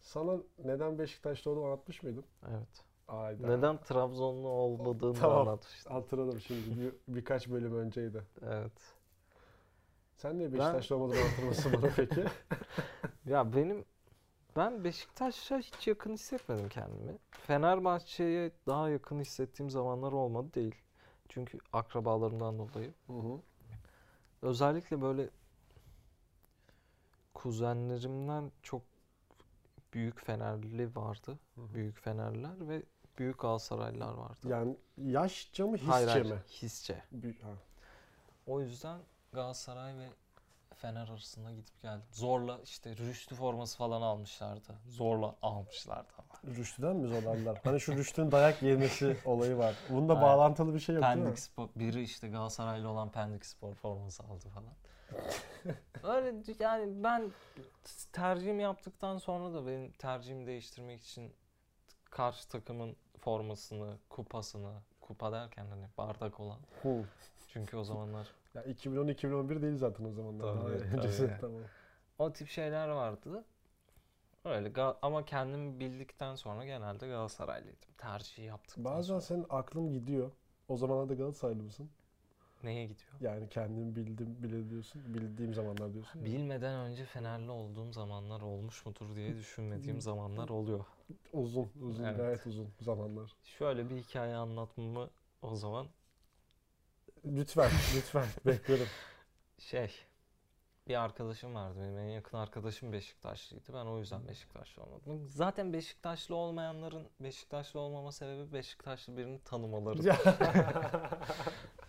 Sana neden Beşiktaşlı olduğumu anlatmış mıydım? Evet. Ayda. Neden Trabzonlu olmadığını Tamam. anlatmıştım. Hatırladım şimdi. Bir, birkaç bölüm önceydi. Evet. Sen niye Beşiktaşlı olmadığını hatırlasın bana peki? Ya benim ben Beşiktaş'a hiç yakın hissetmedim kendimi. Fenerbahçe'ye daha yakın hissettiğim zamanlar olmadı değil. Çünkü akrabalarımdan dolayı. Hı hı. Özellikle böyle kuzenlerimden çok büyük Fenerli vardı. Hı hı. Büyük Fenerliler ve büyük Galatasaraylılar vardı. Yani yaşça mı hisçe Hayır, hayır, mi? hisçe. Bir- ha. O yüzden Galatasaray ve Fener arasında gidip geldim. Zorla işte Rüştü forması falan almışlardı. Zorla almışlardı ama. Rüştü'den mi zorlarlar? Hani şu Rüştü'nün dayak yemesi olayı var. Bununla Ha. bağlantılı bir şey yok değil mi? Pendik Spor, biri işte Galatasaraylı olan Pendik Spor forması aldı falan. Öyle d- yani ben tercihimi yaptıktan sonra da benim tercihimi değiştirmek için karşı takımın formasını, kupasını, kupa derken hani bardak olan. Hı. Çünkü o zamanlar Ya 2010-2011 değil zaten o zamanlar. Tabii, Daha tabii öncesi. yani. Tamam. O tip şeyler vardı. Öyle Ga- ama kendimi bildikten sonra genelde Galatasaraylıydım. Tercihi yaptıktan Bazen sonra. senin aklın gidiyor. O zamanlarda Galatasaraylı mısın? Neye gidiyor? Yani kendimi bildim bile diyorsun. Bildiğim zamanlar diyorsun. ya. Bilmeden önce Fenerli olduğum zamanlar olmuş mudur diye Hmm. düşünmediğim zamanlar oluyor. Uzun, uzun, Evet. gayet uzun zamanlar. Şöyle bir hikaye anlatmamı o zaman Lütfen, lütfen bekliyorum. şey bir arkadaşım vardı benim en yakın arkadaşım Beşiktaşlıydı. Ben o yüzden Beşiktaşlı olmadım. Zaten Beşiktaşlı olmayanların Beşiktaşlı olmama sebebi Beşiktaşlı birini tanımaları.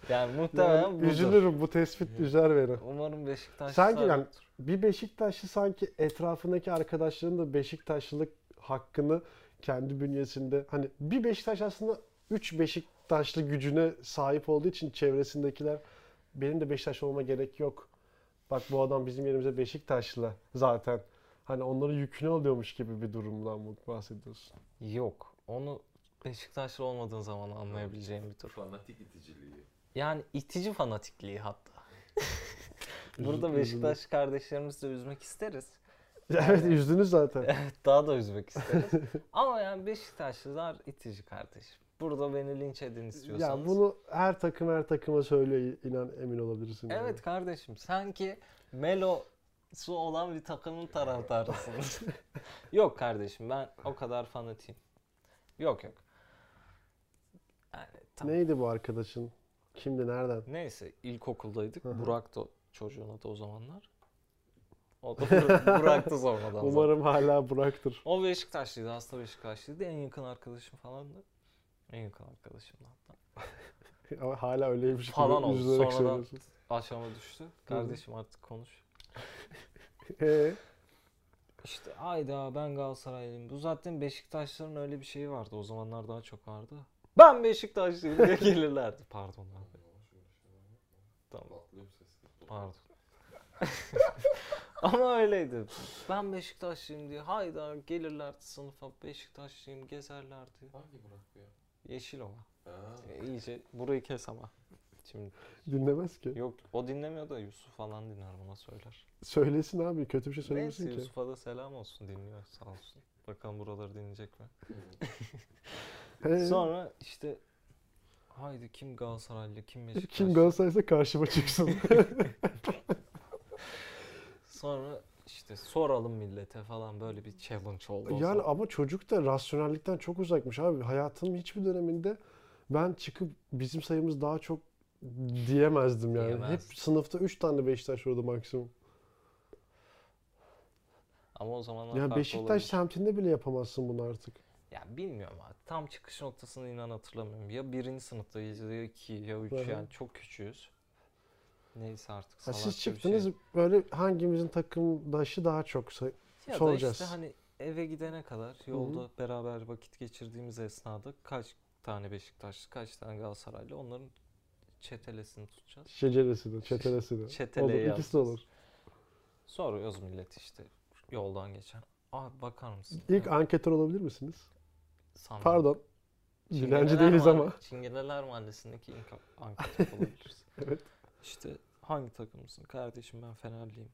Yani muhtemelen Yani budur. üzülürüm bu tespit üzer beni. Umarım Beşiktaşlı Sanki yani bir Beşiktaşlı sanki etrafındaki arkadaşların da Beşiktaşlılık hakkını kendi bünyesinde hani bir Beşiktaş aslında üç Beşiktaşlı gücüne sahip olduğu için çevresindekiler benim de Beşiktaş olma gerek yok. Bak bu adam bizim yerimize Beşiktaşlı zaten. Hani onların yükünü alıyormuş gibi bir durumdan bu- bahsediyorsun. Yok. Onu Beşiktaşlı olmadığın zaman anlayabileceğim bir tur. Fanatik iticiliği. Yani itici fanatikliği hatta. Burada Üzü- Beşiktaş kardeşlerimizi de üzmek isteriz. Evet üzdünüz zaten. Evet daha da üzmek isteriz. Ama yani Beşiktaşlılar itici kardeşim. Burada beni linç edin istiyorsanız. Ya bunu her takım her takıma söylüyor inan emin olabilirsin. yani. Evet kardeşim sanki Melo'su olan bir takımın taraftarısınız. yok kardeşim ben o kadar fanatiyim. Yok yok. Yani tamam. Neydi bu arkadaşın? Kimdi nereden? Neyse ilkokuldaydık. Hı hı. Burak da çocuğun adı o zamanlar. O da Bur- Burak da sonradan zaten. Umarım hala Burak'tır. O Beşiktaşlıydı. Hasta Beşiktaşlıydı. En yakın arkadaşım falandı. En yakın arkadaşım hatta. Ama hala öyleymiş gibi Falan oldu. üzülerek Sonradan- söylüyorsun. Aşama düştü. Kardeşim artık konuş. Ee, İşte ayda ben Galatasaraylıyım. Bu zaten Beşiktaşların öyle bir şeyi vardı. O zamanlar daha çok vardı. Ben Beşiktaşlıyım diye gelirlerdi. Pardon abi. Tamam. Patlıyorum sesi. Pardon. Ama öyleydi. Ben Beşiktaşlıyım diye hayda gelirlerdi sınıfa Beşiktaşlıyım gezerlerdi. Hangi Burak bu ya? Yeşil olan. Ha. E, iyice burayı kes ama. Şimdi dinlemez ki. yok o dinlemiyor da Yusuf falan dinler buna söyler. Söylesin abi kötü bir şey Neyse söylemesin ki. Yusuf'a da selam olsun dinliyor sağ olsun. Bakalım buraları dinleyecek mi? Ee, Sonra işte haydi kim Galatasaraylı kim Beşiktaşlı. kim Galatasaray'sa karşıma çıksın. Sonra işte soralım millete falan böyle bir challenge oldu. o yani zaman. ama çocuk da rasyonellikten çok uzakmış abi. Hayatımın hiçbir döneminde ben çıkıp bizim sayımız daha çok diyemezdim yani. Hep Diyemezdim. sınıfta 3 tane Beşiktaş oldu maksimum. Ama o zamanlar Ya farklı Beşiktaş olabilir. semtinde bile yapamazsın bunu artık. Ya bilmiyorum abi. Tam çıkış noktasını inan hatırlamıyorum. Ya birinci sınıftayız ya iki ya üç Hı hı. yani çok küçüğüz. Neyse artık Ha, salakça siz bir çıktınız şey. böyle hangimizin takımdaşı daha çok say- Ya da soracağız. işte hani eve gidene kadar yolda beraber vakit geçirdiğimiz esnada kaç tane Beşiktaşlı kaç tane Galatasaraylı onların çetelesini tutacağız. şeceresi de, Şey, çetelesi de. Çeteleye olur, ikisi de yazacağız. olur. Soruyoruz millet işte yoldan geçen. Abi bakar mısın? İlk Hı, anketör olabilir misiniz? sanmam. Pardon. Dilenci Çingeneler değiliz Mahalle- ama. Çingeneler Mahallesi'ndeki ilk anket olabiliriz. Evet. İşte hangi takımsın? Kardeşim ben Fenerliyim.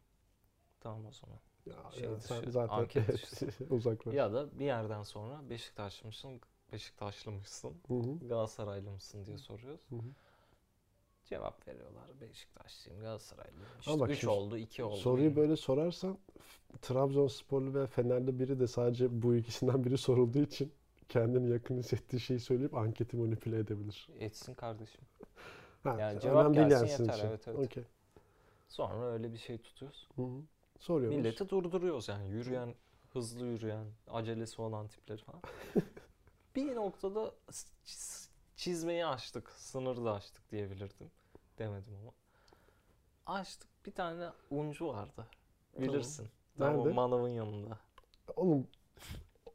Tamam o zaman. Ya, Şey ya sen dışı, zaten anket dışı. uzaklaş. Ya da bir yerden sonra Beşiktaşlı mısın, Beşiktaşlı mısın, Hı hı. Galatasaraylı mısın diye soruyoruz. Hı hı. Cevap veriyorlar. Beşiktaşlıyım, Galatasaraylıyım. Ama İşte bak 3 şimdi oldu, 2 oldu. Soruyu Yani. böyle sorarsan f- Trabzonsporlu ve Fenerli biri de sadece bu ikisinden biri sorulduğu için kendini yakın hissettiği şeyi söyleyip anketi manipüle edebilir. Etsin kardeşim. Ha, Yani sen- cevap değil gelsin yani sizin yeter, için. evet, evet. Okey. Sonra öyle bir şey tutuyoruz. Hı hı. Soruyoruz. Milleti durduruyoruz yani yürüyen, hızlı yürüyen, acelesi olan tipleri falan. bir noktada s- çiz- çizmeyi aştık, sınırı da aştık diyebilirdim. Demedim ama. Açtık bir tane uncu vardı. Bilirsin. Tam o Nerede? manavın yanında. Oğlum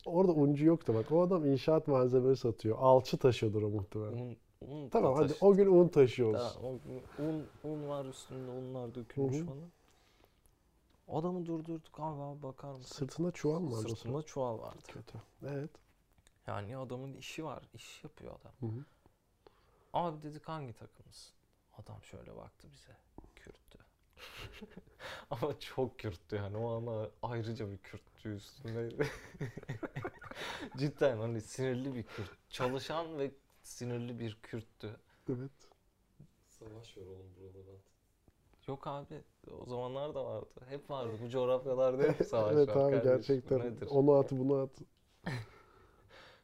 orada uncu yoktu bak. O adam inşaat malzemeleri satıyor. Alçı taşıyordur o muhtemelen. Un, un da Tamam hadi taşı- o gün un taşıyoruz. da- o- un, un var üstünde unlar dökülmüş Hı hı. falan. Adamı durdurduk abi, abi bakar mısın? Sırtında çuval mı vardı o sırada? Sırtında çuval vardı. Kötü. Evet. Yani adamın işi var, iş yapıyor adam. Hı hı. Abi dedik hangi takımız? Adam şöyle baktı bize. Kürttü. Ama çok Kürttü yani o ana ayrıca bir Kürttü üstünde. Cidden hani sinirli bir Kürt. Çalışan ve sinirli bir Kürttü. Evet. Savaş var oğlum buralara. Yok abi o zamanlar da vardı. Hep vardı. Bu coğrafyalarda hep savaş evet var abi kardeşim. gerçekten. Nedir? Onu at bunu at.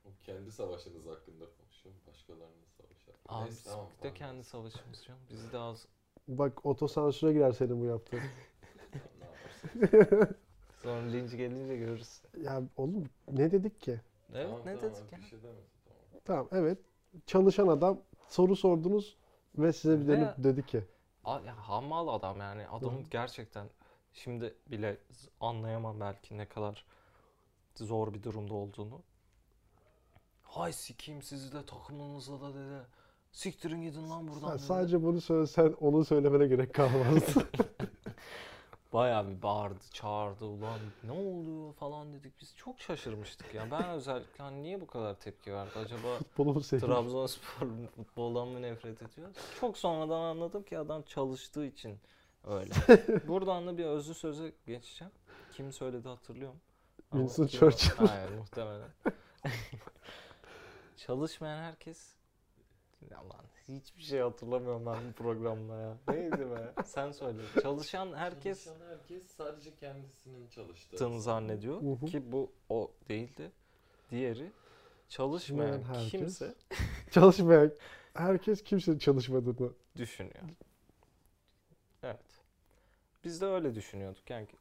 O kendi savaşınız hakkında konuşuyor. Başkalarının savaşı hakkında. Abi Neyse, biz tamam, bir de tamam, kendi neyse. savaşımız canım. Bizi de az Bak otosansüre girer senin bu yaptığın. Tamam, ne yaparsın? sonra linç gelince görürüz. ya oğlum ne dedik ki? Evet Tamam, ne tamam, dedik ya? Bir şey demedim. Tamam. Tamam evet. Çalışan adam soru sordunuz ve size bir Ve- dönüp dedi ki. A- ya hamal adam yani adamın gerçekten şimdi bile z- anlayamam belki ne kadar zor bir durumda olduğunu. Hay sikeyim sizi de takımınızla da dedi. Siktirin gidin lan buradan "Ha, dedi. sadece bunu söylesen onu söylemene gerek kalmazdı. Bayağı bir bağırdı, çağırdı ulan ne oluyor falan dedik. Biz çok şaşırmıştık ya. Ben özellikle hani niye bu kadar tepki verdi acaba Bunu seviyorum. Trabzonspor futboldan mı nefret ediyor? Çok sonradan anladım ki adam çalıştığı için öyle. Buradan da bir özlü söze geçeceğim. Kim söyledi hatırlıyorum. Ama Winston kim- Churchill. Hayır muhtemelen. Çalışmayan herkes Aman hiçbir şey hatırlamıyorum ben bu programda ya. Neydi be? Sen söyle. Çalışan herkes Çalışan herkes sadece kendisinin çalıştığı. yaptığını zannediyor Hı hı. ki bu o değildi. Diğeri çalışmayan Çalışmayan herkes. kimse Çalışmayan herkes kimse çalışmadığını. düşünüyor. Evet. Biz de öyle düşünüyorduk. Yani ki-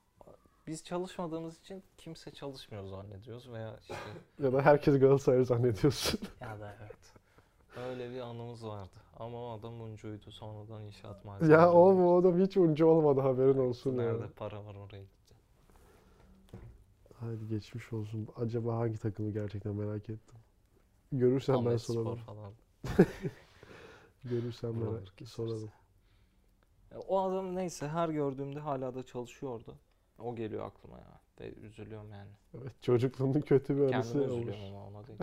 biz çalışmadığımız için kimse çalışmıyor zannediyoruz veya işte Ya da herkes Galatasaray zannediyorsun. ya da evet. Öyle bir anımız vardı. Ama o adam uncuydu. Sonradan inşaat malzemesi. ya oğlum o adam hiç uncu olmadı haberin olsun ya. Nerede para var oraya gitti. Hadi geçmiş olsun. Acaba hangi takımı gerçekten merak ettim. Görürsem ben Ahmet Spor sorarım. falan. Görürsem Buraları ben keseriz. sorarım. Ya O adam neyse her gördüğümde hala da çalışıyordu. O geliyor aklıma ya. Ve üzülüyorum yani. Evet, çocukluğunun kötü bir anısı Kendime olmuş. üzülüyorum ama ona değil.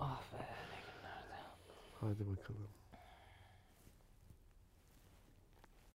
ah be. Hadi bakalım.